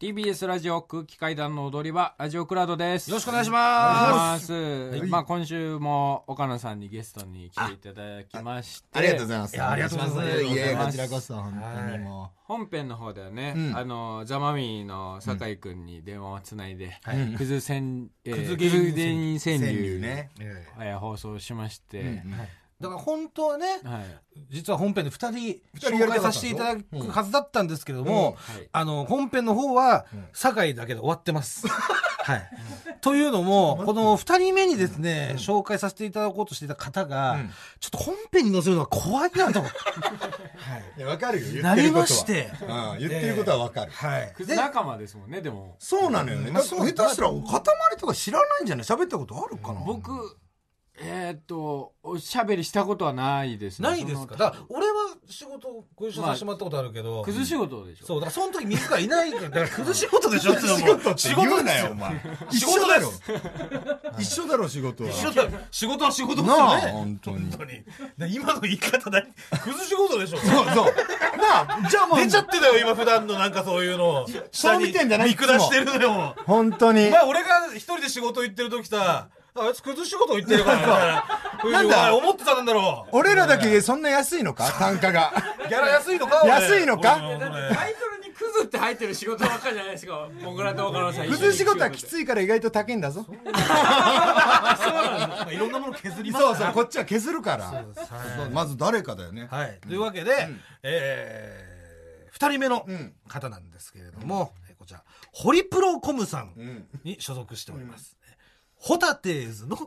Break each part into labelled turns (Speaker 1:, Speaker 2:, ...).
Speaker 1: TBS ラジオ空気階段の踊り場ラジオクラウドです
Speaker 2: よろしくお願いし
Speaker 1: ま、
Speaker 2: ます
Speaker 1: まあ今週も岡野さんにゲストに来ていただきまして
Speaker 3: ありがとうございます。
Speaker 2: いやありがとうございます
Speaker 3: いやいやこち
Speaker 1: ありがとうございます
Speaker 3: らこそ本当にも
Speaker 1: 本編の方ではね、
Speaker 3: うん
Speaker 1: あのザマミィの酒井君に電話をつないで、
Speaker 3: い
Speaker 1: クズせん、えー
Speaker 2: クズ
Speaker 1: ク
Speaker 2: 芸
Speaker 1: ズ
Speaker 2: 人
Speaker 1: 芸人川
Speaker 3: う川
Speaker 1: 柳
Speaker 3: 柳ね。
Speaker 2: ええ
Speaker 1: えー放送しまして、
Speaker 2: だから本当はね、
Speaker 1: はい、
Speaker 2: 実は本編で2人
Speaker 3: 人
Speaker 2: 紹介させていただくはずだったんですけども、
Speaker 1: うんはい
Speaker 2: あの本編の方は
Speaker 3: ん
Speaker 2: 酒井だけで終わって ます。はい、というのもこの2人目にですね、紹介させていただこうとしていた方が、
Speaker 3: うん
Speaker 2: ちょっと本編に載せるのは怖いな と思っ
Speaker 3: いやわかるよ。
Speaker 2: て
Speaker 3: 言っ
Speaker 2: な
Speaker 3: て
Speaker 2: り
Speaker 3: ること
Speaker 2: ま
Speaker 3: は
Speaker 2: して、
Speaker 3: うん言ってることはわかる。
Speaker 2: はい、
Speaker 1: クズ
Speaker 2: で
Speaker 1: 仲間ですもんねでも
Speaker 3: そうなのよね。
Speaker 2: まあ
Speaker 3: だから下手したら塊とか知らないんじゃない？喋ったことあるかな？
Speaker 1: 僕えーっとおしゃべりしたことはないですね
Speaker 2: ないですかだから俺は仕事ご一緒させてもらったことあるけど、
Speaker 1: クズ仕事でしょ
Speaker 2: そうだからその時水川いないからだから崩し事 でしょっていうのも
Speaker 3: 仕事って言うなよお前。一緒だろ。一緒だろ仕事は。
Speaker 2: 仕事だ仕事は仕事です
Speaker 3: な
Speaker 2: よ
Speaker 3: あ
Speaker 2: ね
Speaker 3: 本当に。
Speaker 2: 本
Speaker 3: そう
Speaker 2: 当にね今の言い方だ崩し事でしょ
Speaker 3: そう。なあじゃあもう
Speaker 2: 出ちゃってたよ今普段のなんかそういうの
Speaker 3: そう見てんじゃない
Speaker 2: 見下してるのよ
Speaker 3: 本当に。
Speaker 2: 前俺が一人で仕事行ってる時さあいつ崩し事行ってるからみたいなふうに
Speaker 3: なんだ
Speaker 2: お前思ってたんだろう
Speaker 3: 俺らだけそんな安いのか単価が。
Speaker 2: ギャラ安いのか俺
Speaker 3: 安いのか
Speaker 2: 俺
Speaker 1: だって
Speaker 2: 俺
Speaker 1: タイトルにクズって入ってる仕事ばっかりじゃないですか僕らと岡野さん一緒
Speaker 3: 普
Speaker 1: に
Speaker 3: 通仕事はきついから意外と高いんだぞ。
Speaker 2: まあいろんなもの削ります
Speaker 3: そ
Speaker 2: か
Speaker 3: う
Speaker 2: ら
Speaker 3: そうこっちは削るから。そうまず誰かだよね。
Speaker 2: はい、というわけで、え2人目の方なんですけれども、えーこちらホリプロコムさんに所属しております、ホタテーズの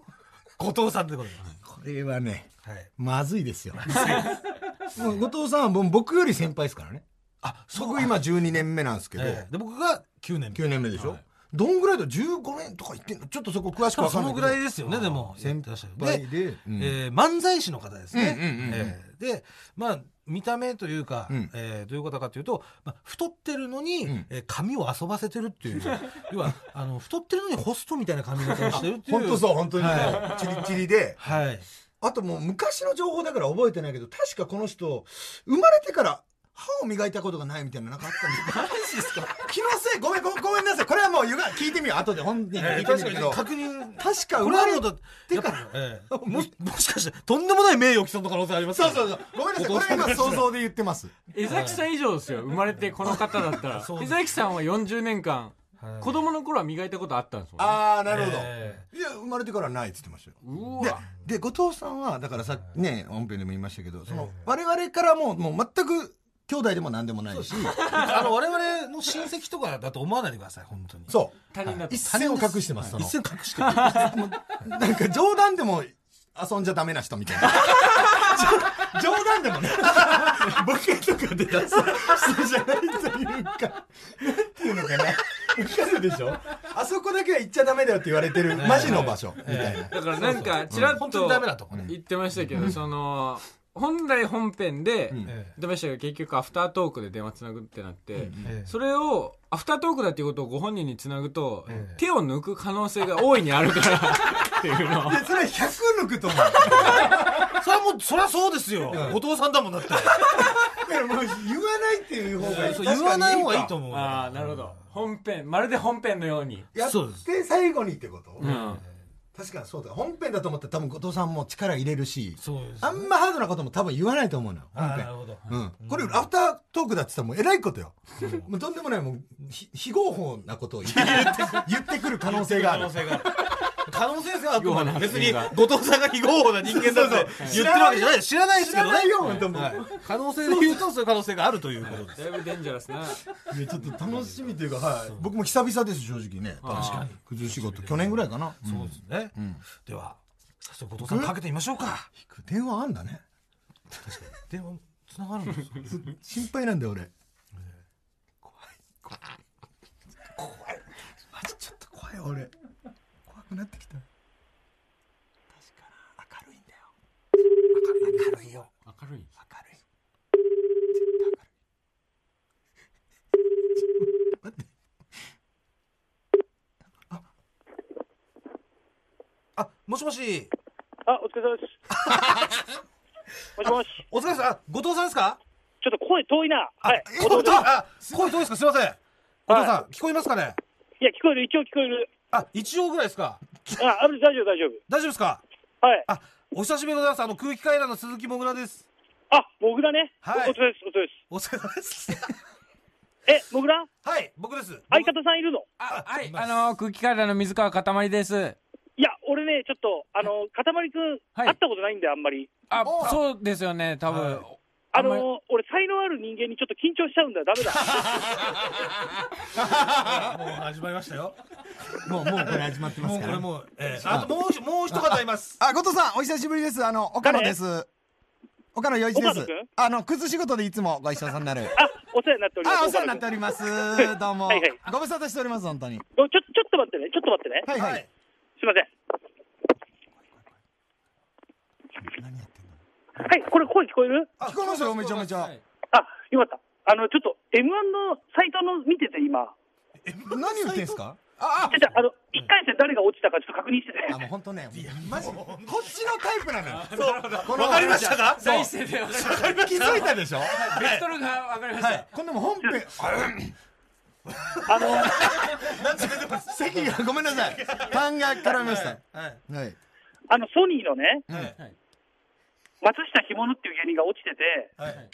Speaker 2: 後藤さんでございます、
Speaker 3: これはね。
Speaker 2: はい、
Speaker 3: まずいですよ。もう後藤さんはもう僕より先輩ですからね。
Speaker 2: あそ
Speaker 3: 僕今12年目なんですけど、
Speaker 2: えーで僕が9年目
Speaker 3: 9年目でしょ、どんぐらいだ15年とか言ってんのちょっとそこ詳しく
Speaker 2: 多分
Speaker 3: わか
Speaker 2: そ
Speaker 3: んな
Speaker 2: の
Speaker 3: いけ
Speaker 2: ぐ
Speaker 3: ど
Speaker 2: らいですよねでも
Speaker 3: 先
Speaker 2: らっしゃる
Speaker 3: 輩でうん
Speaker 2: えー漫才師の方ですね、
Speaker 3: うんうんうんうん
Speaker 2: えーでまあ見た目というか、
Speaker 3: うん
Speaker 2: えーどういうことかというと、まあ、太ってるのに、
Speaker 3: うん
Speaker 2: えー髪を遊ばせてるっていう 要はあの太ってるのにホストみたいな髪型をしてるっていう
Speaker 3: 本当そう本当に、
Speaker 2: は
Speaker 3: チリチリで
Speaker 2: はい
Speaker 3: あともう昔の情報だから覚えてないけど確かこの人生まれてから歯を磨いたことがないみたいななんかあったんだけど
Speaker 2: ですか
Speaker 3: 気のせいごめんごごめんなさいこれはもうゆが聞いてみよう後で本人に聞いてみ
Speaker 2: 確か
Speaker 3: るけ
Speaker 2: に
Speaker 3: ど、
Speaker 2: 確認
Speaker 3: 確か
Speaker 2: こ
Speaker 3: 生
Speaker 2: れ
Speaker 3: ま
Speaker 2: は
Speaker 3: れ
Speaker 2: もうだ
Speaker 3: てから
Speaker 2: やっぱええもしもしかしてとんでもない名誉毀損の可能性あります
Speaker 3: そうそうそうごめんなさいこれ今想像で言ってます
Speaker 1: 江崎さん以上ですよ生まれてこの方だったら
Speaker 2: そう
Speaker 1: 江崎さんは40年間
Speaker 2: はい
Speaker 1: 子供の頃は磨いたことあったんですもんね
Speaker 3: ああなるほど、
Speaker 2: え
Speaker 3: いや生まれてからないっつってましたよ
Speaker 1: うわ
Speaker 3: で後藤さんはだからさね本編でも言いましたけどその我々からももう全く兄弟でも何でもないし
Speaker 2: あの我々の親戚とかだと思わないでください本当に
Speaker 3: そ
Speaker 1: 他人だ
Speaker 3: う
Speaker 1: と
Speaker 3: 一線を隠してますそ
Speaker 2: 一
Speaker 3: の
Speaker 2: 線隠してるは
Speaker 3: なんか冗談でも遊んじゃダメな人みたいな 冗冗談で もねボケとかで出す人じゃないというかなんていうのかなわかるでしょあそこだけは行っちゃダメだよって言われてるマジの場所みたいな
Speaker 1: だからなんかちらっ
Speaker 2: 本当に
Speaker 1: と
Speaker 2: ダメなとこね
Speaker 1: 言ってましたけどその本来本編で
Speaker 3: ん
Speaker 1: 言
Speaker 2: え
Speaker 1: ってましたけど結局アフタートークで電話つなぐってなって
Speaker 2: え
Speaker 1: それをアフタートークだっていうことをご本人につなぐと
Speaker 2: ええ
Speaker 1: 手を抜く可能性が大いにあるから っていうのを
Speaker 3: でそれは100抜くと思う
Speaker 2: それはもうそりゃそうですよ、後藤さんだもんだって
Speaker 3: だからもう言わないっていう方がいい
Speaker 2: そう言わない方がいいと思う
Speaker 1: ああなるほど本編まるで本編のように
Speaker 3: やっ
Speaker 2: そうです
Speaker 3: て最後にってこと、
Speaker 1: うん
Speaker 3: 確かにそうだ本編だと思って多分後藤さんも力入れるし
Speaker 2: そうです
Speaker 3: あんまハードなことも多分言わないと思うのよ本
Speaker 2: あーなる
Speaker 3: 編
Speaker 2: ほど、
Speaker 3: うん、これアフタートークだって言ったらもうえらいことよ、もうとんでもないもうひ非合法なことを 言って言ってくる可能性があ
Speaker 2: 可
Speaker 3: る
Speaker 2: 能性がある可能性ですよあく
Speaker 1: 非合法
Speaker 2: まで
Speaker 1: な発
Speaker 2: 別
Speaker 1: 言
Speaker 2: に
Speaker 1: が
Speaker 2: 後藤さんが非合法な人間だって言ってるわけじゃない知らないですけどね
Speaker 3: 知らないよ本当も う
Speaker 2: はい可能性で言うとそういう可能性があるということです
Speaker 1: だいぶデンジャラスない
Speaker 3: やちょっと楽しみというか、はい、僕も久々です正直ね
Speaker 1: 確かに
Speaker 3: 苦渋仕事去年ぐらいかな、うん
Speaker 2: そうですね、では早速後藤さんかけてみましょうか
Speaker 3: 電話あんだね
Speaker 2: 電話つながるんですか
Speaker 3: 心配なんだよ俺怖い怖い怖いマジちょっと怖い俺怖くなってきた確かな明るいんだよ
Speaker 2: 明るいよ
Speaker 1: 明るい
Speaker 3: 明るい絶対明るいちょっと待って
Speaker 2: あもしもし
Speaker 4: あ、お疲れ様です。もしもし。
Speaker 2: お疲れ様ですあ後藤さんですか
Speaker 4: ちょっと声遠いな。はい。
Speaker 2: え後藤さんあ声どうですかすいませんお父さん、聞こえますかね
Speaker 4: いや、聞こえる、一応聞こえる。
Speaker 2: あ、一応ぐらいですか
Speaker 4: あ、あ大丈夫、大丈夫。
Speaker 2: 大丈夫ですか
Speaker 4: はい。
Speaker 2: あ、お久しぶりでございます。あの、空気階段の鈴木もぐらです。
Speaker 4: あ、モグラね。
Speaker 2: はい
Speaker 4: お疲れです、お疲れ
Speaker 2: お疲れ様 です。
Speaker 4: です。え、モグラ
Speaker 2: はい、僕です。
Speaker 4: 相方さんいるの
Speaker 1: あ、
Speaker 2: あ
Speaker 1: は
Speaker 2: すい
Speaker 1: い、
Speaker 2: ませ
Speaker 1: あ
Speaker 2: ん
Speaker 1: の、空気階段の水川かたまりです。
Speaker 4: いや、俺ね、ちょっと、あの、かたまりくん、
Speaker 1: はい
Speaker 4: 会ったことないんで、あんまり。
Speaker 1: あ
Speaker 3: お、
Speaker 1: そうですよね、多分。
Speaker 4: あ
Speaker 1: あんま
Speaker 4: の、俺、才能ある人間にちょっと緊張しちゃうんだよ、ダメだ。
Speaker 2: もう始まりましたよ。
Speaker 3: もう、もうこれ始まってま
Speaker 2: も
Speaker 3: す
Speaker 2: う
Speaker 3: か
Speaker 2: こ
Speaker 3: ら。
Speaker 2: れもう、 えー、あともう一、もう一方い ます。
Speaker 3: あ、後藤さん、お久しぶりです。あの、岡野です。岡野陽一で
Speaker 4: 岡
Speaker 3: す
Speaker 4: 野君。
Speaker 3: あの、靴仕事でいつもご一緒さんになる。
Speaker 4: あ、お世話になっております。
Speaker 3: あ、お世話になっております。どうも
Speaker 4: はいはい。
Speaker 3: ご無沙汰しております、本当に。
Speaker 4: おちょ、ちょっと待ってね、ちょっと待ってね。
Speaker 3: はいはい。
Speaker 4: すいません。
Speaker 3: 何やってんの
Speaker 4: はい、これ声聞こえる
Speaker 3: 聞こえますよ、めちゃめちゃ
Speaker 1: は。い
Speaker 4: あ、よかった。あの、ちょっと、M1 のサイトの見てて、今。
Speaker 3: 何言ってんすか
Speaker 2: あ
Speaker 4: じゃあ、あの、一回戦誰が落ちたかちょっと確認してて。
Speaker 3: あ、もう本当ね。マジ
Speaker 2: もう
Speaker 3: こっちのタイプな のよ。
Speaker 2: あ、
Speaker 3: この
Speaker 2: わかりましたか
Speaker 3: そう
Speaker 1: 第一声で分かりまし
Speaker 3: 気づいたでしょ
Speaker 1: た。ベクトルが分かりました。
Speaker 3: こんなもん本 編、
Speaker 4: あの、
Speaker 3: 席が、ごめんなさい。勘が絡みました。
Speaker 2: はい。
Speaker 3: はい。
Speaker 4: あの、ソニーのね、
Speaker 2: はい。
Speaker 4: 松下干物っていう芸人が落ちてて、
Speaker 2: はい。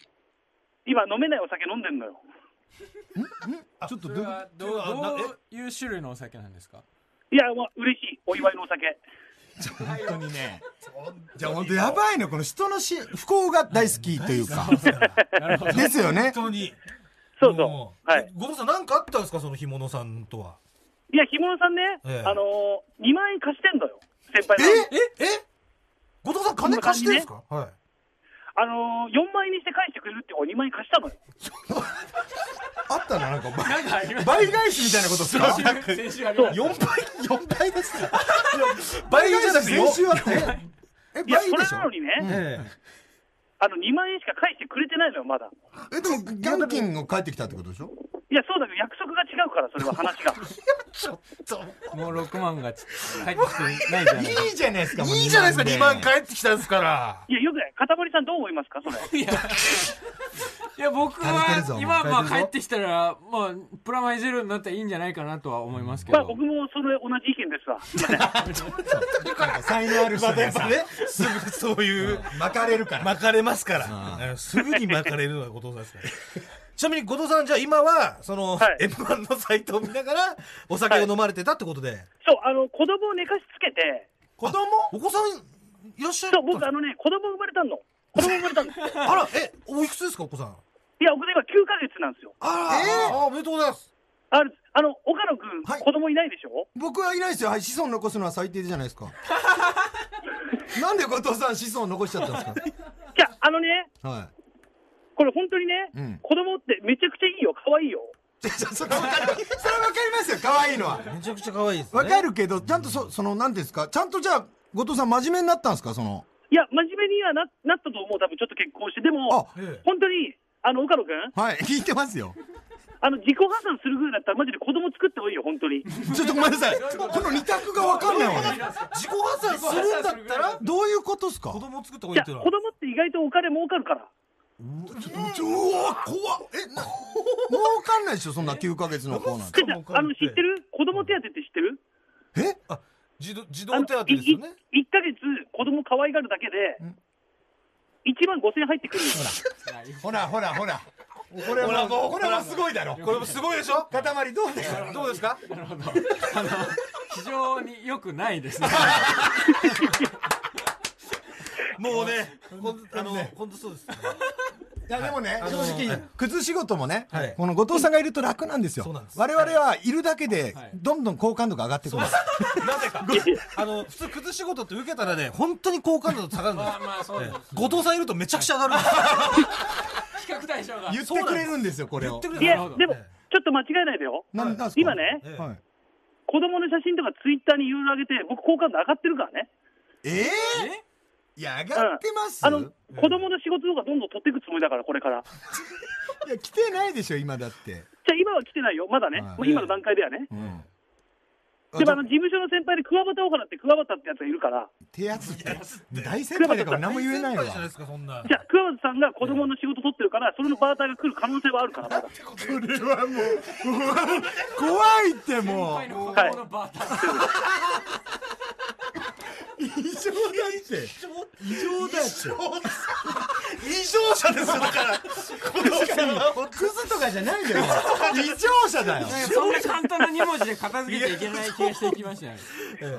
Speaker 4: 今飲めないお酒飲んでんのよ。
Speaker 3: ちょっ
Speaker 1: そ
Speaker 3: とどう
Speaker 1: れ
Speaker 3: いうこ
Speaker 1: はどう
Speaker 2: あな
Speaker 1: どういう種類のお酒なんですか
Speaker 4: いや、まあ、嬉しい。お祝いのお酒。
Speaker 3: と本当にね。じゃあ本当やばいのよこの人のし不幸が大好きというか。ですよ
Speaker 2: 本
Speaker 3: ね。
Speaker 2: 当に。
Speaker 4: そうそ
Speaker 2: も
Speaker 4: う。はい。。
Speaker 2: ごとさん、何かあったんですかその干物さんとは。
Speaker 4: いや、干物さんね、
Speaker 2: ええ
Speaker 4: あのー、2万円貸してんのよ。先輩
Speaker 3: え
Speaker 4: が。
Speaker 3: ええ
Speaker 2: 後藤さん、金貸してんですかはい。
Speaker 4: あのー、4万円にして返してくれるって子2万円貸したのよ。
Speaker 3: あったな、なんか。ば
Speaker 1: なんかありま した
Speaker 3: 倍返しみたいなことっすか
Speaker 1: 先週先週ありました
Speaker 3: 四倍、四倍ですか
Speaker 2: 倍
Speaker 3: 倍
Speaker 2: 返
Speaker 3: 返
Speaker 2: し
Speaker 3: し
Speaker 2: だ
Speaker 3: だ
Speaker 2: っ
Speaker 3: ってて
Speaker 2: よ
Speaker 3: 先週あって。え、
Speaker 4: いや、
Speaker 3: 倍
Speaker 4: そ
Speaker 3: で
Speaker 4: れ
Speaker 3: しょ
Speaker 4: なのにね、
Speaker 2: ええ。
Speaker 4: あの、2万円しか返してくれてないのよ、まだ。い
Speaker 3: え、でも、元金を返ってきたってことでしょ
Speaker 4: や、そうだけど、約束が違うから、それは話が。
Speaker 1: もう六万がち入ってきてないじゃないですか。
Speaker 3: いじゃないですか
Speaker 2: いいじゃないですか、2万
Speaker 3: 回
Speaker 2: 返ってきたんですから。
Speaker 4: いや、よくない。かたまりさんどう思いますか、それ。
Speaker 1: いやいや僕
Speaker 3: 足りてる
Speaker 1: は
Speaker 3: ぞ
Speaker 1: 今まあ
Speaker 3: 足りてる
Speaker 1: 帰
Speaker 3: ぞ
Speaker 1: ってきたらまあプラマイゼロになったらいいんじゃないかなとは思いますけ
Speaker 4: まあ、
Speaker 1: ど
Speaker 4: 僕もそれ同じ意見ですわ。すいません。
Speaker 3: 才能ある人
Speaker 2: またや
Speaker 3: が
Speaker 2: っぱ
Speaker 3: さ、
Speaker 2: ね、すぐそういう、
Speaker 3: 巻かれるから。
Speaker 2: 巻かれますから。あのすぐに巻かれるのが後藤さんですから。ちなみに後藤さん、じゃあ今は、その、
Speaker 4: はい
Speaker 2: M1 のサイトを見ながら、お酒を飲まれてたってことで、
Speaker 4: そう、あの、子供を寝かしつけて、
Speaker 2: 子供お子さん、いらっしゃ
Speaker 4: そ
Speaker 2: る
Speaker 4: う、僕、あのね、子供生まれたの。子供生まれたんです。
Speaker 2: あら、え、おいくつですか、お子さん。
Speaker 4: いや、僕ね、今9ヶ月なんですよ。
Speaker 2: あら、
Speaker 3: えー
Speaker 2: あおめでとうございます。
Speaker 4: あるあの、岡野くん、
Speaker 3: はい
Speaker 4: 子供いないでしょ
Speaker 3: 僕はいないですよ。はい、子孫残すのは最低じゃないで すか。なんで後藤さん子孫残しちゃったんです
Speaker 4: いや、あのね、
Speaker 3: かは
Speaker 4: これ本当にね、
Speaker 3: うん
Speaker 4: 子供ってめちゃくちゃいいよ、可愛いよ。
Speaker 3: い。それはわかりますよ、可愛いのは。
Speaker 2: めちゃくちゃ可愛いですね。
Speaker 3: わかるけど、ちゃんとそ、その、なんていうんですか、ちゃんとじゃあ、後藤さん真面目になったんですか、その。
Speaker 4: いや、真面目にはななったと思う、多分ちょっと結婚して。でも
Speaker 3: あ、
Speaker 2: ええ
Speaker 4: 本当に、あの、岡野くん、
Speaker 3: はい、聞いてますよ。
Speaker 4: あの、自己破産するぐらいだったら、マジで子供作った方がいいよ、本当に。
Speaker 3: ちょっとごめんなさい。この二択がわかんないわね。
Speaker 2: 自己破産するんだったら、
Speaker 3: どういうことですか
Speaker 2: 子供を作った方
Speaker 4: い
Speaker 2: がいいっ
Speaker 4: や、
Speaker 2: ていう
Speaker 4: 子
Speaker 2: の
Speaker 4: 供って意外とお金儲かるから。
Speaker 3: うわ、怖っ。え、な、儲かんないでしょ、そんな9ヶ月の子なんて。
Speaker 4: じゃ
Speaker 2: お金
Speaker 4: あ、あの、
Speaker 2: って
Speaker 4: 知ってる子供手当って知ってる
Speaker 3: え
Speaker 2: は。あ、児童児
Speaker 4: あ
Speaker 2: 童
Speaker 4: の
Speaker 2: 手当ですよね。
Speaker 4: いい1ヶ月子供可愛がるだけで、1万5000円入ってくるんですから。
Speaker 3: ほらほらほら。これ
Speaker 2: ほら
Speaker 3: は
Speaker 2: もう
Speaker 3: これはすごいだろ。
Speaker 2: これもすごいでしょ
Speaker 3: 塊どうですか
Speaker 2: どうですか
Speaker 1: なるほどあの非常に良くないですね
Speaker 2: もうね、ほんあの
Speaker 3: ね、
Speaker 2: 本当そうです。
Speaker 3: いやでもね、
Speaker 2: はい
Speaker 3: 正
Speaker 2: あのは
Speaker 3: 直
Speaker 2: い、
Speaker 3: 靴仕事もね
Speaker 2: はい、
Speaker 3: この後藤さんがいると楽なんですよ
Speaker 2: そうなんで。す
Speaker 3: 我々はいるだけで
Speaker 1: はい、
Speaker 3: どんどん好感度が上がってくる。
Speaker 2: なぜか。あの、普通、靴仕事って受けたらね、本当に好感度下がるんです
Speaker 1: まあまあそうです
Speaker 2: よ。後藤さんいるとめちゃくちゃ上がるんですよ
Speaker 1: 比較対象が
Speaker 3: 言ってくれるんですよ、これ
Speaker 2: 言っ
Speaker 3: を
Speaker 2: て。くれ
Speaker 4: い
Speaker 2: る
Speaker 4: や
Speaker 1: なるほ、ど
Speaker 4: でも、ちょっと間違えないでよ。
Speaker 3: なんなんすか
Speaker 4: 今ね、
Speaker 2: ええ
Speaker 3: はい
Speaker 4: 子供の写真とかツイッターにいろいろ上げて、僕、好感度上がってるからね。
Speaker 3: ええ
Speaker 1: え
Speaker 3: いや、上がってます
Speaker 4: あの、子供の仕事とかどんどん取っていくつもりだから、これから。
Speaker 3: い
Speaker 4: じ
Speaker 3: や、来てないでしょ、今だって。
Speaker 4: ゃあ、今は来てないよ。まだね。
Speaker 3: はい
Speaker 4: もう今の段階ではね。
Speaker 3: うん。
Speaker 4: でもあの事務所の先輩で桑畑オハラって桑畑ってやつがいるから、
Speaker 3: 手厚って大先輩だから何も言えないわ
Speaker 2: 大先輩じゃないですか、そんな。
Speaker 4: じゃあ桑畑さんが子供の仕事取ってるから、それのバーターが来る可能性はあるから、まだ。
Speaker 3: それはもう怖いってもう
Speaker 1: 子供のバーター
Speaker 3: 異常だって異常だって
Speaker 2: 異常者ですよ、だから。
Speaker 3: クズとかじゃないよ異常者だよ
Speaker 1: なんかそんな簡単な2文字で片付けちゃいけない気がしてきましたよね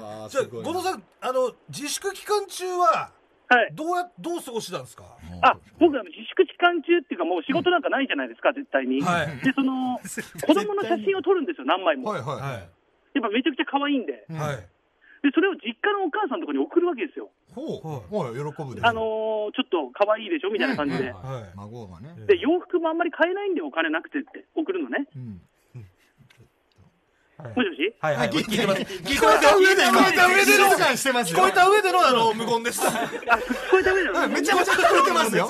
Speaker 3: あー
Speaker 2: じゃあ、
Speaker 3: すごい
Speaker 2: 後藤さん、あの、自粛期間中は、
Speaker 4: はい。
Speaker 2: どうや、どう過ごしてたんですか
Speaker 4: あ、僕あの自粛期間中っていうか、もう仕事なんかないじゃないですか、絶対に。
Speaker 2: はい
Speaker 4: で、その、子供の写真を撮るんですよ、何枚も。
Speaker 3: はい
Speaker 4: やっ
Speaker 3: はい
Speaker 2: は
Speaker 4: ぱめちゃくちゃ可愛いんで。
Speaker 2: い。
Speaker 3: ん
Speaker 2: はい。
Speaker 4: で、それを実家のお母さんのとこに送るわけですよ。
Speaker 3: ほうはい喜ぶでしょ
Speaker 4: あのーちょっと可愛いでしょみたいな感じで。
Speaker 1: うん
Speaker 2: はい。
Speaker 3: 孫がね
Speaker 4: で、洋服もあんまり買えないんで、お金なくてって送るのね。
Speaker 3: うん
Speaker 4: もしもし
Speaker 2: はいはい。
Speaker 3: 聞いてます
Speaker 2: 聞
Speaker 3: 聞
Speaker 2: こえた上で、聞こえた上での、
Speaker 3: 感してます
Speaker 2: 聞こえた上での、あの、無言でした。
Speaker 4: あ、聞こえたみたいなの
Speaker 3: めちゃめちゃ聞こえてますよ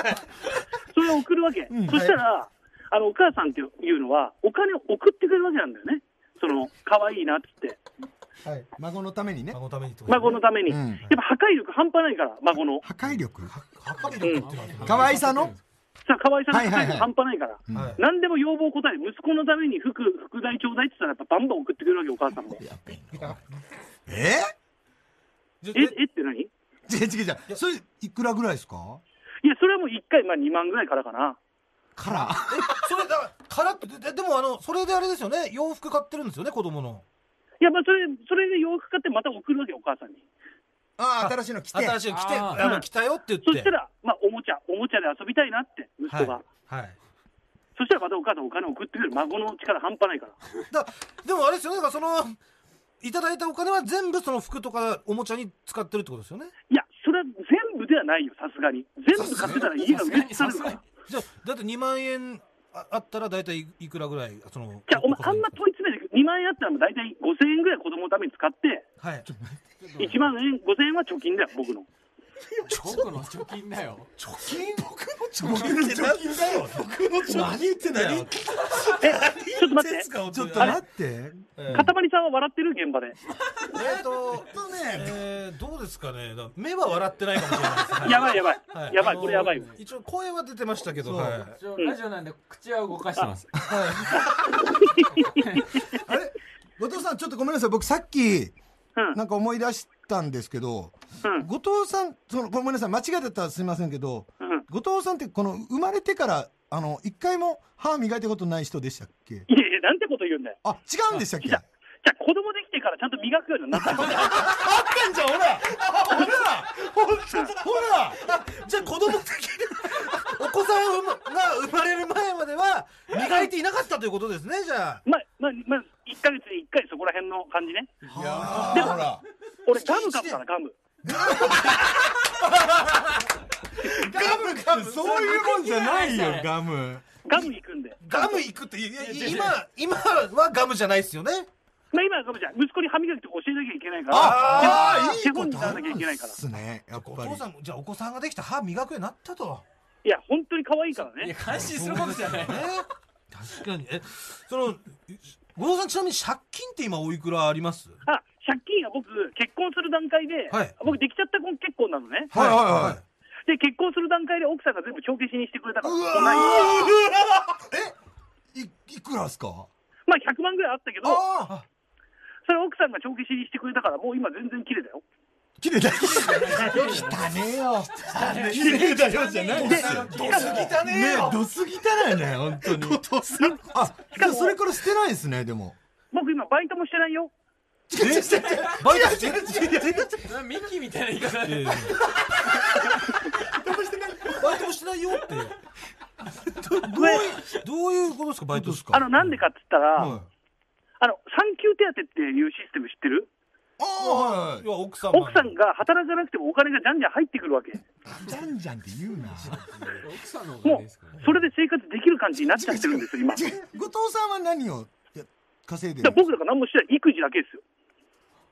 Speaker 4: それを送るわけ。そしたら、あの、お母さんっていうのは、お金を送ってくれるわけなんだよね。その、可愛いなっつって。
Speaker 3: はい孫のためにね
Speaker 2: 孫のためにってこと
Speaker 4: 孫のために。
Speaker 3: う
Speaker 4: や
Speaker 3: ん
Speaker 4: っぱ破壊力半端ないから、孫の。
Speaker 3: 破壊力
Speaker 2: 測りに行ってますね
Speaker 3: 可愛さの
Speaker 4: さ、可愛さの
Speaker 3: はい
Speaker 4: 破
Speaker 3: はいは
Speaker 4: 壊
Speaker 3: い
Speaker 4: 力半端ないから。
Speaker 2: はい
Speaker 4: 何でも要望答える息子のために服、副代ちょうだいって言ったら、やっぱバンバン送ってくれるわけ、お母さんも。
Speaker 3: え
Speaker 2: じゃ
Speaker 4: え、えって何い
Speaker 3: 違う違う違うそれいくらぐらいですか
Speaker 4: や、それはもう1回、まあ2万ぐらいからかな。
Speaker 3: から
Speaker 2: えそれだからからってででもあのそれであれですよね洋服買ってるんですよね子供の
Speaker 4: いや、まあ、それ、それで洋服買ってまた送るわけ、お母さんに。
Speaker 3: ああ新しいの来て
Speaker 2: 新しいの着て
Speaker 1: あ
Speaker 2: あ
Speaker 1: ー
Speaker 2: の着たよって言って
Speaker 4: そしたら、まあ、おもちゃ、おもちゃで遊びたいなって、息
Speaker 2: はい
Speaker 4: 子が。
Speaker 2: はい
Speaker 4: そしたらまたお母さんお金送ってくる。孫の力半端ないから。
Speaker 2: だでもあれですよねだからそのいただいたお金は全部その服とかおもちゃに使ってるってことですよね
Speaker 4: いや、それは全部ではないよ、さすがに。全部買ってたら家が売れ尽くされるから。
Speaker 2: じゃあだって2万円ああったら大体いいくらぐらいその
Speaker 4: じゃあ、お前、あんま問い詰めて、2万円あったらもう大体5000円ぐらい子供のために使って、
Speaker 2: はい
Speaker 4: 1万円、5000円は貯金だよ、僕の。
Speaker 1: 僕の貯金だよ
Speaker 3: 貯金僕の貯金だよ
Speaker 2: 何言ってんだよ
Speaker 4: え、ちょっと待って。
Speaker 2: ちょっ
Speaker 3: ちょっ
Speaker 2: と待
Speaker 3: と待
Speaker 2: っ
Speaker 3: って
Speaker 2: て
Speaker 4: かたまりさんは笑ってる現場で。
Speaker 2: えっと
Speaker 3: とね
Speaker 2: えー、どうですかねだから目は笑ってないかもしれないですね
Speaker 4: やばいやばい。
Speaker 2: は
Speaker 4: やば
Speaker 2: あ
Speaker 4: い、
Speaker 2: の
Speaker 4: これやばいよ。
Speaker 2: 一応声は出てましたけど、
Speaker 3: そう
Speaker 2: はい
Speaker 1: 一応ラジオなんで口は動かしてます
Speaker 3: あれ後藤さんちょっとごめんなさい僕さっき
Speaker 4: うん。
Speaker 3: なんか思い出したんですけど
Speaker 4: うん。
Speaker 3: 後藤さんそのごめんなさい間違えたらすみませんけど
Speaker 4: うん。
Speaker 3: 後藤さんってこの生まれてからあの一回も歯磨いたことない人でしたっけ
Speaker 4: いやいや、なんてこと言うんだよ。
Speaker 3: あ違うんでしたっけ
Speaker 4: じゃじゃあ、子供できてからちゃんと磨くよう になった。
Speaker 3: じゃほらほらほら
Speaker 2: じゃあ子供的にお子さんが生まれる前までは磨いていなかったということですねじゃあ
Speaker 4: まあ、まあ、まあ、1ヶ月に1回そこら辺の感じね。
Speaker 3: いやほら
Speaker 4: 俺、ガム買ったらガム。
Speaker 3: ガムガムそういうもんじゃないよガム
Speaker 4: ガム行くんで。
Speaker 2: ガム行くっていやいや今今はガムじゃないですよね
Speaker 4: まあ、今はガムじゃん。息子に歯磨きとか教えなきゃいけないから。
Speaker 3: ああい
Speaker 4: 手
Speaker 3: いこ
Speaker 4: 本
Speaker 3: と
Speaker 4: になら
Speaker 3: あ
Speaker 4: な
Speaker 3: る
Speaker 4: きゃいけない
Speaker 3: ん
Speaker 4: から。
Speaker 3: すねやっ
Speaker 2: お
Speaker 3: ぱり
Speaker 2: 父さんもじゃあお子さんができた歯磨くようになったと
Speaker 4: いや、本当に可愛いから
Speaker 1: いや
Speaker 4: ね。
Speaker 1: 感心することじゃない
Speaker 2: ね確かにえその後藤さんちなみに借金って今おいくらあります
Speaker 4: あ、借金が僕、結婚する段階で、
Speaker 2: はい
Speaker 4: 僕、できちゃった婚結婚なのね。
Speaker 3: はいはいはい
Speaker 4: で、結婚する段階で奥さんが全部帳消しにしてくれたから、
Speaker 3: うわ
Speaker 4: ない
Speaker 3: えいいくらですか
Speaker 4: まあ、100万ぐらいあったけど、
Speaker 3: ああ
Speaker 4: それ奥さんが帳消しにしてくれたから、もう今全然綺麗だよ。
Speaker 3: 綺麗だよ汚ねえよ綺麗だよじゃないですよ
Speaker 2: どすぎた
Speaker 3: ねえどす汚いね本当に 後藤さんあじゃあそれからしてないですねでも
Speaker 4: 僕、今、バイトもしてないよ。
Speaker 3: 違う違う違う
Speaker 2: バイト して
Speaker 1: ミキみたいな言い方 で
Speaker 2: バイトもしてないよってどどういうどういうことですかバイトですか
Speaker 4: あの、なんでかって言ったら、
Speaker 3: はい
Speaker 4: あの、産休手当っていうシステム知ってる
Speaker 3: ああはい
Speaker 2: 要は奥様の
Speaker 4: 奥さんが働かなくてもお金がじゃんじゃん入ってくるわけ。
Speaker 3: じゃんじゃんって言うな
Speaker 1: 奥さんの方がいい
Speaker 4: もう
Speaker 1: ですか、
Speaker 4: それで生活できる感じになっちゃってるんですよ、今。だ
Speaker 3: 違
Speaker 4: か
Speaker 3: う後藤さんは何をや稼いで
Speaker 4: ら
Speaker 3: る
Speaker 4: 僕だから何もしてない。育児だけですよ。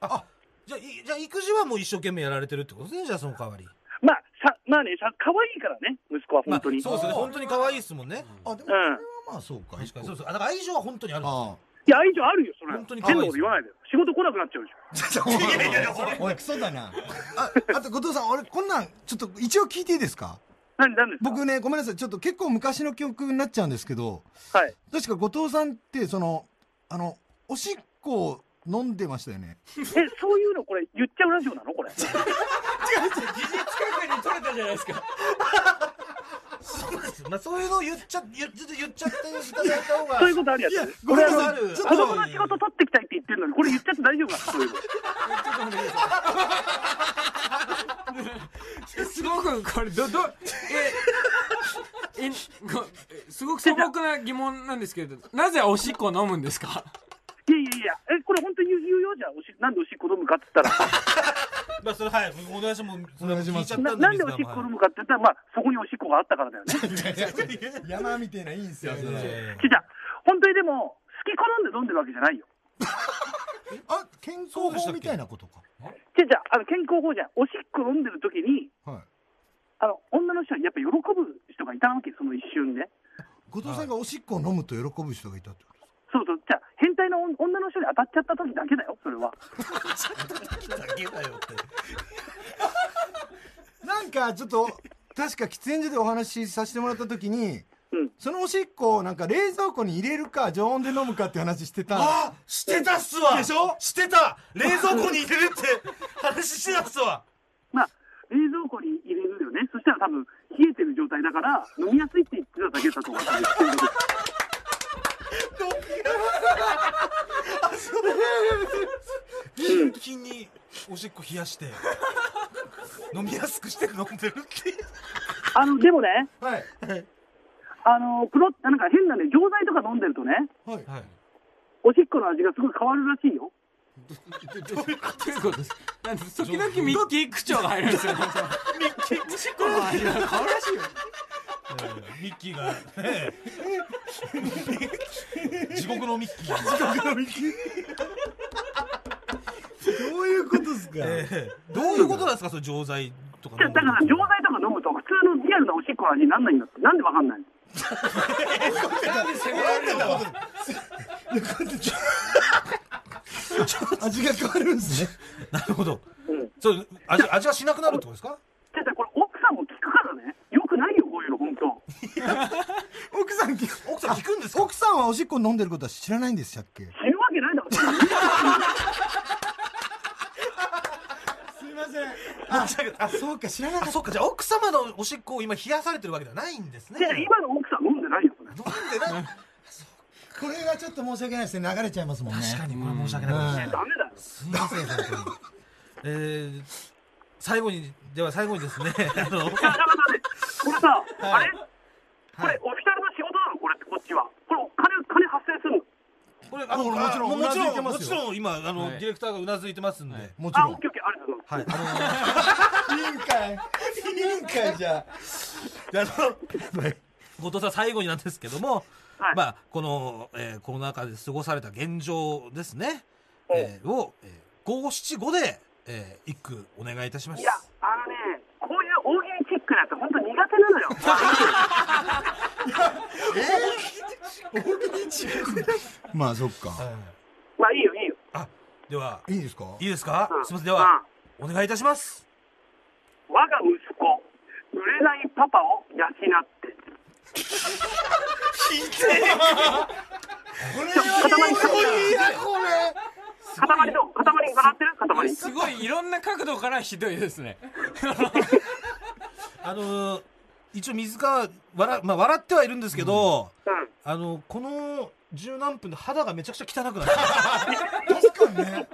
Speaker 2: あじゃあいじゃあ育児はもう一生懸命やられてるってことですねじゃあその代わり
Speaker 4: まあ、さ、まあね、さ、可愛いからね、息子は
Speaker 2: ま
Speaker 4: 本
Speaker 2: あ
Speaker 4: 当に。
Speaker 2: そうですね本当に可愛いですもんね
Speaker 3: あでもそれはまあそうか
Speaker 2: 確かにそうそうあだから愛情は本当にある
Speaker 3: あ
Speaker 4: いや、愛情あるよ、それ。
Speaker 2: 本当に可愛
Speaker 4: 変
Speaker 2: い
Speaker 4: なこと言わないでよ。仕事来なくなっちゃうでしょ。
Speaker 3: おい、クソだな。あ、あと、後藤さん、俺、こんなん、ちょっと、一応聞いていいですか
Speaker 4: 何、何ですか
Speaker 3: 僕ね、ごめんなさい。ちょっと結構昔の記憶になっちゃうんですけど、
Speaker 4: はい。
Speaker 3: 確か後藤さんって、その、あの、おしっこを飲んでましたよね。
Speaker 4: え、そういうのこれ言っちゃうラジオなの これ。
Speaker 1: 確かに取れたじゃないですか。
Speaker 2: そうです。まあ、そういうのを言っちゃ、言っちょっと言っちゃっていただいた方が
Speaker 4: そういうことあるやつ。
Speaker 2: ごめんなさい。ちょっ
Speaker 4: 子
Speaker 2: と
Speaker 4: 供の仕事取ってきたいって言ってるのに、これ言っちゃって大丈夫かなそういうの。
Speaker 1: すごくこれどどええこすごく素朴な疑問なんですけど、なぜおしっこを飲むんですか。
Speaker 4: いやいやいや、え、これ本当に言う言うようじゃん。おしなんでおしっこ飲むかって言ったら。
Speaker 2: まあ、それ、はい、お願いします。それも聞いちゃった
Speaker 4: な
Speaker 2: で
Speaker 4: んなんでおしっこ飲むかって言ったら、まあ、そこにおしっこがあったからだよね。 ち
Speaker 3: 山みたいないいんすよ、それ。
Speaker 4: っちゃん、本当にでも、好き好んで飲んでるわけじゃないよ。
Speaker 3: あ、健康法みたいなことか。
Speaker 4: ちっちゃん、あの、健康法じゃん。おしっこ飲んでる時に、
Speaker 3: はい。
Speaker 4: あの、女の人はやっぱ喜ぶ人がいたわけ、その一瞬で。
Speaker 3: 後藤さんがおしっこを飲むと喜ぶ人がいたってこと
Speaker 4: そうそう、じゃあ、変態の女女の人に当たっちゃった時だけだよ、それは。
Speaker 3: なんかちょっと確か喫煙所でお話しさせてもらった時に、
Speaker 4: うん
Speaker 3: そのおしっこをなんか冷蔵庫に入れるか常温で飲むかって話してた
Speaker 2: あしてたっすわでしょしてた冷蔵庫に入れるって話してたっすわ
Speaker 4: まあ、冷蔵庫に入れるよね。そしたら多分、冷えてる状態だから、飲みやすいって言ってただけだと思う。
Speaker 2: キンキンにおしっこ冷やして飲みやすくして飲んでるっていう
Speaker 4: あの、でもね、
Speaker 3: はい
Speaker 4: あの、プロ、なんか変なね、錠剤とか飲んでるとね、
Speaker 3: はい
Speaker 2: はい
Speaker 4: おしっこの味がすごい変わるらしいよ。
Speaker 1: どういうことですか。なんで時々ミッキー口調が入るんですよ。ミッキーおしっこの味が変わるらしいよ。
Speaker 2: ミッキーがね 地獄のミッキー地獄のミッキー
Speaker 3: どういうことですか、
Speaker 2: どういうことなんですかその錠剤とか
Speaker 4: じゃあだから、錠剤とか飲むと、普通のリアルなおしっこの味になんないんだって。なんでわかんないの
Speaker 3: 味が変わるんですね
Speaker 2: なるほど
Speaker 4: うん。
Speaker 2: そう味味はしなくなるってことですか
Speaker 4: じゃあ、これ奥さんも聞くからね。よくないよ、こういうの、本当。
Speaker 3: 奥さんき
Speaker 2: 奥さん聞くんですか
Speaker 3: 奥さんはおしっこ飲んでることは知らないんでしたっけ
Speaker 4: 死ぬわけないだ ろ、そんなの
Speaker 3: すいませんああそうか知らなか
Speaker 2: あ
Speaker 3: った
Speaker 2: そっかじゃあ奥様のおしっこを今冷やされてるわけではないんですね
Speaker 4: じゃあ、今の奥さん飲んでないよ、それ。
Speaker 2: 飲んでない
Speaker 3: これがちょっと申し訳ないですね流れちゃいますもんね
Speaker 2: 確かにこれ申し訳ないですね
Speaker 4: ダメだよ。
Speaker 2: すいません本当にえー、最後にでは最後にです ねあの
Speaker 4: いや、だからね、これさ、あれこれ、オフィシャルの仕事なのこれって、こっちは。これ、お金、金発生するの
Speaker 2: これあの
Speaker 3: もうもちろん
Speaker 2: あもち
Speaker 3: うなずいて
Speaker 2: ろん
Speaker 3: ますよ
Speaker 2: もちろん今あの、
Speaker 1: はい
Speaker 2: ディレクターがうなずいてますんで、はい
Speaker 3: もち
Speaker 4: あ、
Speaker 3: ろ
Speaker 4: オ
Speaker 3: ん
Speaker 4: ッケーオッケー、ありがとうございます。
Speaker 2: あ
Speaker 3: 委員会委員会じゃ
Speaker 2: のであの後藤さん最後になんですけども、
Speaker 4: はい
Speaker 2: まあこの、えー、コロナ禍で過ごされた現状ですね、
Speaker 4: うん
Speaker 2: えー、をえー五七五で、えー、一句お願いいたします
Speaker 4: いや、あのね、こういう大喜利チックなやつ、本当苦手なのよ。
Speaker 3: まあそっか
Speaker 2: はい
Speaker 4: まあ、いいよ、いいよ。
Speaker 2: あではい
Speaker 3: いですか
Speaker 2: いいですか、
Speaker 4: うん
Speaker 2: すみませんでは、お願いいたします
Speaker 4: 我が息子、売れないパパを養って。
Speaker 3: これ
Speaker 4: 塊に
Speaker 3: これ
Speaker 4: 塊と、塊に笑ってる塊。
Speaker 1: すごいいろんな角度からひどいですね。
Speaker 2: あのー一応水川笑,、まあ、笑ってはいるんですけど、
Speaker 4: うん。
Speaker 2: あのこの十何分で肌がめちゃくちゃ汚くな って
Speaker 3: 確かにね。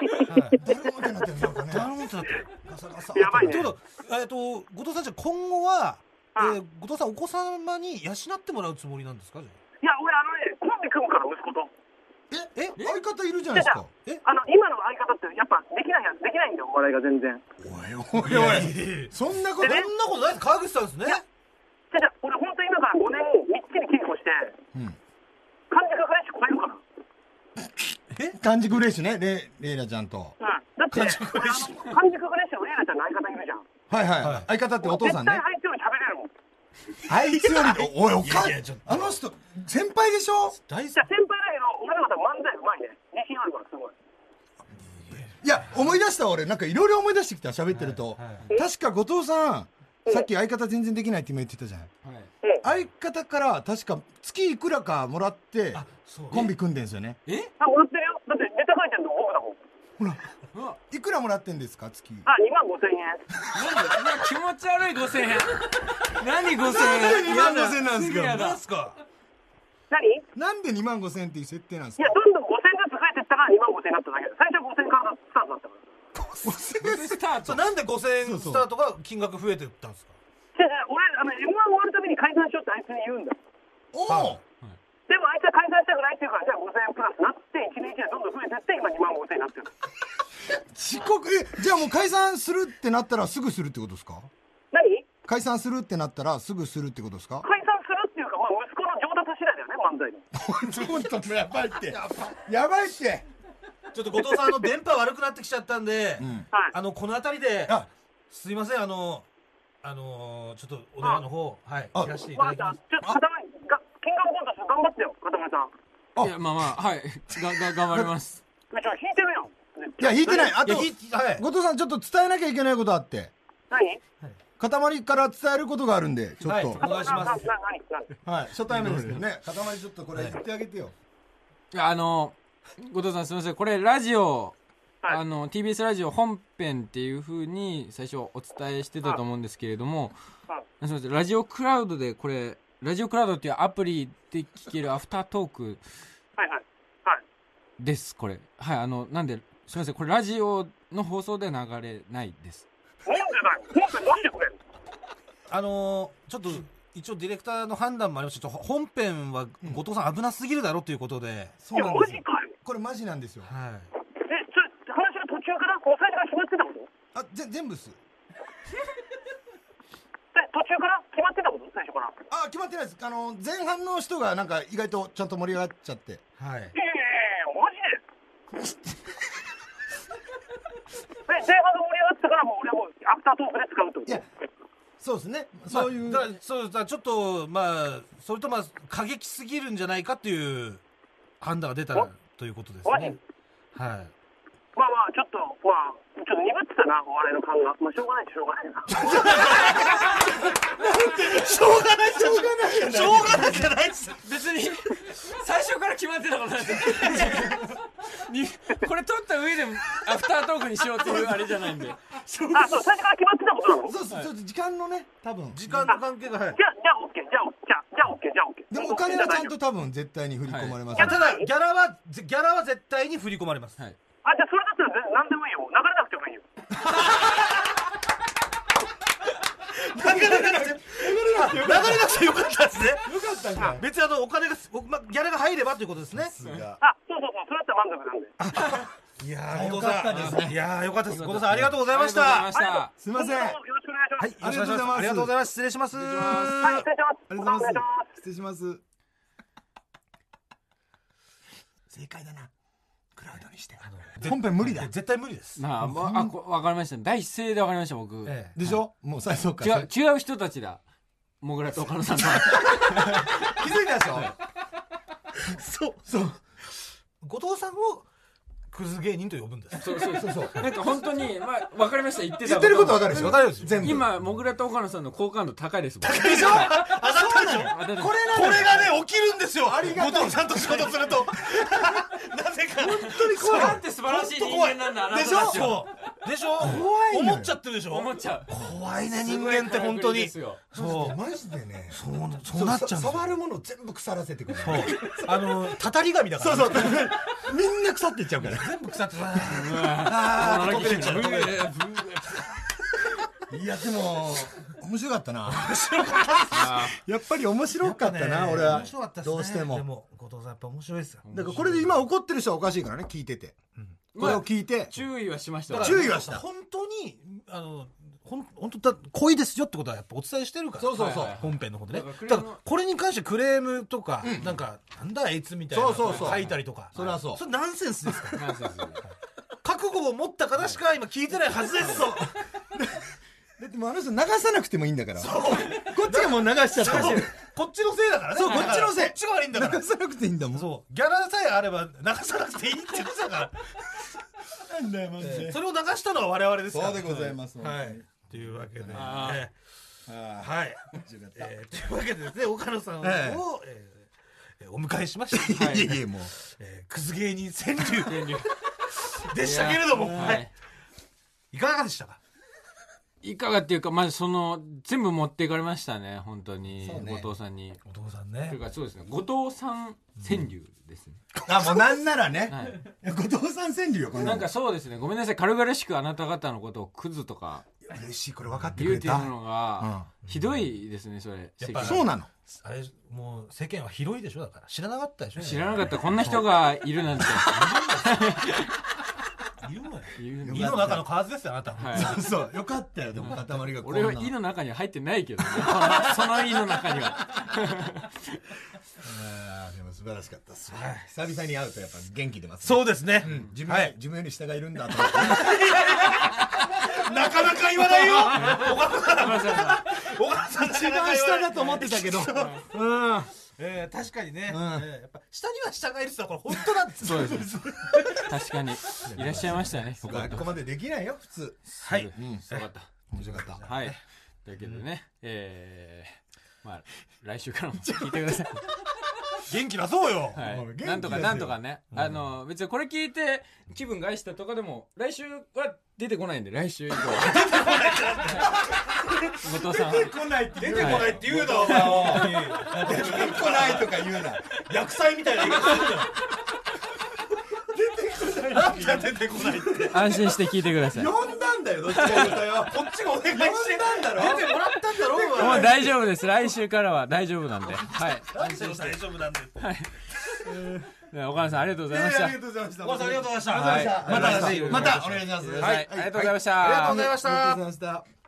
Speaker 3: 誰もってなってるなんかね。
Speaker 2: ダメってなってる
Speaker 3: ガサガサ
Speaker 4: やばい
Speaker 2: という
Speaker 4: ね
Speaker 2: ことはえっと後藤さんじゃあ今後は、え
Speaker 4: うん
Speaker 2: ー後藤さんお子様に養ってもらうつもりなんですかじ
Speaker 4: いや、俺、あのね、コンビ組むから、息子と。
Speaker 3: え、え、相方いるじゃないですか。
Speaker 4: あの、今の相方って、やっぱ、できないやつ、できないんだよ、お笑いが全然。
Speaker 3: おい
Speaker 2: ゃあ
Speaker 3: お
Speaker 2: いや
Speaker 3: い。
Speaker 2: いやいや
Speaker 3: そんな
Speaker 2: そ
Speaker 3: こ
Speaker 2: ん
Speaker 3: と
Speaker 2: なことないです川口さんですね
Speaker 4: じゃあ、じゃあ俺、本当に今から5年、みっちり稽古して、
Speaker 3: うん
Speaker 4: 完熟フレッシュ超えるから。
Speaker 3: 完熟フレッシュね、レ、レイラちゃんと。
Speaker 4: うんだって、完熟フレッシュ。完熟フレッシュのレイラちゃんの相方いるじゃん。
Speaker 3: はい
Speaker 2: は
Speaker 3: はいい。相方ってお父さんね
Speaker 4: 絶対。入ってるの喋れるもん。
Speaker 3: あいつより、おい、おか
Speaker 2: いやいやちょっと
Speaker 3: あの人、先輩でしょ
Speaker 2: 大好
Speaker 4: じゃあ先輩だけど、俺の方が漫才うまいね。
Speaker 3: 思い出した俺なんかいろいろ思い出してきた喋ってると、確か後藤さんさっき相方全然できないって今言ってたじゃん
Speaker 1: はい
Speaker 3: 相方から確か月いくらかもらってコンビ組んでんですよね
Speaker 1: え
Speaker 4: あ、もらってるよ。だってネタ書いてるの僕だもん。
Speaker 1: うわ
Speaker 3: いくらもらってんですか月
Speaker 4: あ、2万5千円。
Speaker 1: なんでうわ気持ち悪い5000円何5000円
Speaker 3: なんで2万5000なんですか
Speaker 1: 嫌だ嫌だ
Speaker 2: すか
Speaker 4: 何い
Speaker 3: なんで2万5千っていう設定なんですか
Speaker 4: や、どんどん5千ずつ増えてったから2万5千になっただけで。最初は5千からスタート
Speaker 1: スター
Speaker 2: そう
Speaker 4: だったから。
Speaker 1: ト
Speaker 2: なんで5000
Speaker 3: そ
Speaker 2: 円
Speaker 3: うそう
Speaker 2: スタートが金額増えてったんですか
Speaker 4: で俺、あの、M1 終わるたびに解散しようってあいつに言うんだ。
Speaker 3: お
Speaker 2: は
Speaker 3: お
Speaker 2: い
Speaker 4: でもあいつは解散したくないっていうから、じゃあ5000円プラスなって、1年1年どんどん増えてって、今2万5000円になってる。
Speaker 3: 遅刻えじゃあもう解散するってなったらすぐするってことですか
Speaker 4: 何
Speaker 3: 解散するってなったらすぐするってことですか
Speaker 4: 解散するっていうか、まあ、息子の上達次第だよね、漫才の。
Speaker 3: やばいって やばいって
Speaker 2: ちょっと後藤さんあの電波悪くなってきちゃったんで、
Speaker 3: ん
Speaker 4: はい
Speaker 2: あのこの辺りで
Speaker 3: あ
Speaker 2: すいませんあのあのーちょっとお電話の方はい
Speaker 3: あ
Speaker 2: いらしていた
Speaker 4: わか
Speaker 2: だ
Speaker 4: っ
Speaker 2: きます
Speaker 4: た。ちょっと、片目、がキングオブコントして頑張ってよ、片目さん。
Speaker 3: あ
Speaker 1: いやまあまあはいがが頑張ります
Speaker 4: めちゃ引いてるやん。
Speaker 3: いや引いてないあ
Speaker 2: い
Speaker 3: と
Speaker 2: やひはい
Speaker 3: 後藤さんちょっと伝えなきゃいけないことあって
Speaker 4: 何
Speaker 3: 塊から伝えることがあるんでちょっと
Speaker 2: はいお願いします
Speaker 4: なな何何
Speaker 3: はい初対面ですけどね塊ちょっとこれ言ってあげてよ
Speaker 1: いやあの後藤さんすみませんこれラジオ、
Speaker 4: はい
Speaker 1: あの TBS ラジオ本編っていうふうに最初お伝えしてたと思うんですけれども、
Speaker 4: はい
Speaker 1: すみませんラジオクラウドでこれラジオクラウドっていうアプリで聞けるアフタートーク
Speaker 4: はいはい。はい。
Speaker 1: ですこれはいあのなんですみませんこれラジオの放送では流れないです
Speaker 4: なんでだよ。本編出してくれる。
Speaker 2: あのーちょっと一応ディレクターの判断もありましたちょっと本編は後藤さん危なすぎるだろうということで、
Speaker 3: そ
Speaker 4: いや、マジかよ。
Speaker 3: これマジなんですよ
Speaker 2: はい
Speaker 4: え、ちょ、話の途中から、こう、最初から決まってたこと
Speaker 3: あぜ全部っす
Speaker 4: え、途中から決まってたこと最初から。い
Speaker 3: あ決まってないですあの前半の人がなんか意外とちゃんと盛り上がっちゃって
Speaker 2: はい
Speaker 4: やいやいや、マジで。え、前半が盛り上がってたから、もう俺はもう、アフタートークで使うっ
Speaker 3: いや
Speaker 4: てこと
Speaker 3: そうですねそういう、
Speaker 2: まあだからそうだからちょっとまあそれとまあ過激すぎるんじゃないかっていう判断が出たということですねはい
Speaker 4: まあまあ、ちょっと、まあ、ちょっと鈍ってたな、お笑いの感が。まあ、しょうがないし、しょうがないな。
Speaker 2: しょうがない
Speaker 3: しょうがないよね
Speaker 2: しょうがないじゃないっす
Speaker 1: 別に最初から決まってたことなんですにこれ撮った上でアフタートークにしようっていうあれじゃないんで
Speaker 4: あ、そう、最初から決まってたことなの
Speaker 3: そうそうちょっと時間のね多分
Speaker 2: 時間の関係がはい
Speaker 4: じゃあ、じゃあ、オッケー、じゃあ、じゃあ、じゃあ、オッケー、じゃあ、オッケー。
Speaker 3: でもお金はちゃんと。多分絶対に振り込まれま
Speaker 2: た
Speaker 3: す、
Speaker 2: だギャラはギャラは絶対に振り込まれます、
Speaker 1: はい
Speaker 4: あ、じゃあ、それだったら全、何でもいいよ。流れなくてもいいよ。
Speaker 2: 流れなくて流れなくてよかったですね
Speaker 3: よかったんだ
Speaker 2: 別にあのお金がおまギャラが入ればということですね
Speaker 4: あ、そうそうそう、それだったら満足なんで。
Speaker 2: いやー
Speaker 3: よかったですね
Speaker 2: いやーよかったです後藤さんありがとうございまし
Speaker 1: ありがとう
Speaker 2: た
Speaker 1: ございました
Speaker 3: すいません
Speaker 4: 今後ともよろしくお願いします。
Speaker 2: はい、よろしくお願いします。
Speaker 3: あ
Speaker 2: あ
Speaker 3: り
Speaker 2: り
Speaker 3: が
Speaker 2: が
Speaker 3: と
Speaker 2: とう
Speaker 3: うご
Speaker 2: ござい
Speaker 3: ざ
Speaker 2: ます。失礼します。
Speaker 4: はい、失礼します。
Speaker 3: ありがとうございま
Speaker 4: お願いしま。
Speaker 3: すす失礼します正解だなクラウドにして本編無理だ
Speaker 2: 絶対無理です。
Speaker 1: まあ、まあ、あこわかりました。第一声でわかりました、僕。
Speaker 2: ええ
Speaker 3: でしょもう最初か
Speaker 1: 違
Speaker 3: ら
Speaker 1: う、違う人たちだ。もぐらと岡野さんと。
Speaker 3: 気づいたでしょ
Speaker 2: そう。
Speaker 3: そう
Speaker 2: 後藤さんをクズ芸人と呼ぶんです。
Speaker 1: そうそうそうそう。なんか本当に、まあ、わかりました。言ってた。
Speaker 3: 言ってることわかるでしょ
Speaker 2: わかるでしょ
Speaker 3: 全部
Speaker 1: 今、もぐらと岡野さんの好感度高いです、僕。
Speaker 2: でしょ上がったでしょ
Speaker 1: あだって
Speaker 3: これな
Speaker 2: こ
Speaker 3: の
Speaker 2: れがね、起きるんですよ。
Speaker 3: りがたい
Speaker 2: 後藤さんと仕事すると。 なぜか。本当に
Speaker 1: そうなんて素晴らしい人間なんだ、あな
Speaker 2: で
Speaker 1: た
Speaker 2: しょ
Speaker 1: たちは。
Speaker 2: そうでしょ
Speaker 3: 怖いのよ
Speaker 2: 思っちゃってるでしょ
Speaker 1: 思っちゃう。
Speaker 2: 怖いね、人間って本当に。
Speaker 1: すごいからくりですよ
Speaker 2: そう。
Speaker 3: マジでね
Speaker 2: そうなそうなっちゃうんですよ
Speaker 3: 触るもの全部腐らせてくる
Speaker 2: そうあの、たたり神だから。
Speaker 3: そうそうみんな腐っていっちゃうから
Speaker 2: 全部腐ってた。
Speaker 1: あー
Speaker 2: 溶けてっちゃう
Speaker 1: ブーブー
Speaker 3: いやでも面白かっ たな
Speaker 1: あ
Speaker 3: やっぱり面白かったな、
Speaker 2: ね
Speaker 3: 俺は
Speaker 2: 面白かったっすね
Speaker 3: どうしても
Speaker 2: でも、後藤さんやっぱ面白いですよ。
Speaker 3: だからこれで今怒ってる人はおかしいからね聞いてて、これを聞いて、
Speaker 1: ー注意はしました
Speaker 2: だから
Speaker 1: わ。
Speaker 3: 注意はした
Speaker 2: 本当にあのほん本当だ恋ですよってことはやっぱお伝えしてるから
Speaker 3: そうそうそう
Speaker 2: はいはい本編のことね
Speaker 1: だからクレー
Speaker 2: だ
Speaker 1: ム
Speaker 2: からこれに関してクレームとか、なんかなんだあいつみたいな
Speaker 3: そうそうそう
Speaker 2: 書いたりとか
Speaker 3: それはそう
Speaker 2: それナンセンスですから
Speaker 1: ナンセンス
Speaker 2: 覚悟を持った方しか今聞いてないはずです そう
Speaker 3: だってもうあの人流さなくてもいいんだからこっちがもう流しちゃったし
Speaker 2: こっちのせいだからね
Speaker 3: そうこっちのせい
Speaker 2: こっちが悪いんだから
Speaker 3: 流さなくていいんだもん
Speaker 2: そうギャラさえあれば流さなくていいってことだから
Speaker 3: なんだよマジで
Speaker 2: それを流したのは我々ですから
Speaker 3: そうでございます
Speaker 2: はいというわけで、
Speaker 1: あー
Speaker 2: えー
Speaker 3: は
Speaker 2: はい、
Speaker 3: いよかった
Speaker 2: えー、というわけでですね岡野さんを、
Speaker 3: え
Speaker 2: えーえーお迎えしました、
Speaker 1: はい
Speaker 3: いやいやもう
Speaker 2: えー、クズ芸人川柳
Speaker 1: 天 竜
Speaker 2: でしたけれども、
Speaker 1: いや
Speaker 2: は
Speaker 1: はい
Speaker 2: い、いかがでしたか
Speaker 1: いかがっていうか、まあ、その、全部持っていかれましたね、本当に。
Speaker 3: そうね
Speaker 1: 後藤さんに。
Speaker 2: お父さん
Speaker 1: とい
Speaker 2: ね
Speaker 1: うか、そうですね。後藤さん川柳ですね。
Speaker 3: あもうなんならね
Speaker 1: はい。
Speaker 3: 後藤さん川柳よこん
Speaker 1: な
Speaker 3: なんの
Speaker 1: かそうですね。ごめんなさい。軽々しくあなた方のことをクズとか
Speaker 3: 嬉しいこれ分かって
Speaker 1: 言
Speaker 3: く
Speaker 1: う
Speaker 3: れ
Speaker 1: っていう
Speaker 3: た
Speaker 1: のが、ひどいですね、それ。
Speaker 2: やっぱ
Speaker 3: そうなの
Speaker 2: あれもう世間は広いでしょだから知らなかったでしょ
Speaker 1: 知らなかった。こんな人がいる なんて。
Speaker 2: いるのよ
Speaker 1: 言うの
Speaker 2: 井の中の蛙ですよあなた、
Speaker 1: はい。
Speaker 3: そうよかったよでも塊がこんな
Speaker 1: 俺は胃の中には入ってないけどね。そのその胃の中には。
Speaker 3: あーでも素晴らしかったです久々に会うとやっぱ元気出ますね
Speaker 2: そうですね、
Speaker 3: うん自分に自分より下がいるんだと 思って
Speaker 2: なかなか言わ ないよ小川さん
Speaker 3: 一番下だと思ってたけどうん
Speaker 2: えー、確かにね、
Speaker 3: う
Speaker 2: え
Speaker 3: ん
Speaker 2: ーやっぱ下には下がいるってのはこれ本当だって
Speaker 1: そうですね。 確かに。いらっしゃいましたね。よかっ
Speaker 3: 学
Speaker 1: た
Speaker 3: 校。までできないよ普通
Speaker 2: はい、
Speaker 3: うん
Speaker 1: よかった。
Speaker 3: 面白かった
Speaker 1: はい。というわけでね、えー、まあ、来週からも聞いてください。
Speaker 2: 元気出そうよ、
Speaker 1: は
Speaker 3: もう元
Speaker 1: い。
Speaker 3: 気
Speaker 1: なんとか
Speaker 3: ですよ
Speaker 1: なんとかね。あの、別にこれ聞いて気分害したとかでも、来週は出てこないんで、来週以降は。後藤さん。
Speaker 3: 来ないって
Speaker 2: 出
Speaker 3: 言
Speaker 2: てこ
Speaker 3: うな
Speaker 2: ないって言うな、お前は
Speaker 3: 出てこないとか言うな
Speaker 2: 薬剤みたいな言い方するんだよ出てこないなんだ出てこないって
Speaker 1: 安心して聞いてください。もう
Speaker 3: 呼んだんだよどっちか言うとよ
Speaker 2: こっちがお願いして
Speaker 3: んだろ
Speaker 2: 出てもらったんだろお前
Speaker 1: 大丈夫です。来週からは大丈夫なんで。はい。
Speaker 2: 大丈夫大丈夫なんでって
Speaker 1: ね岡野さん、ありがとうございまし
Speaker 3: い
Speaker 1: た。
Speaker 3: やありがとうございました
Speaker 2: 小川さんありがとうございました
Speaker 3: ありがとうございました
Speaker 1: はい
Speaker 3: またまたお願いします
Speaker 1: はいありがとうございました
Speaker 3: ありがとうございましたありがとうございました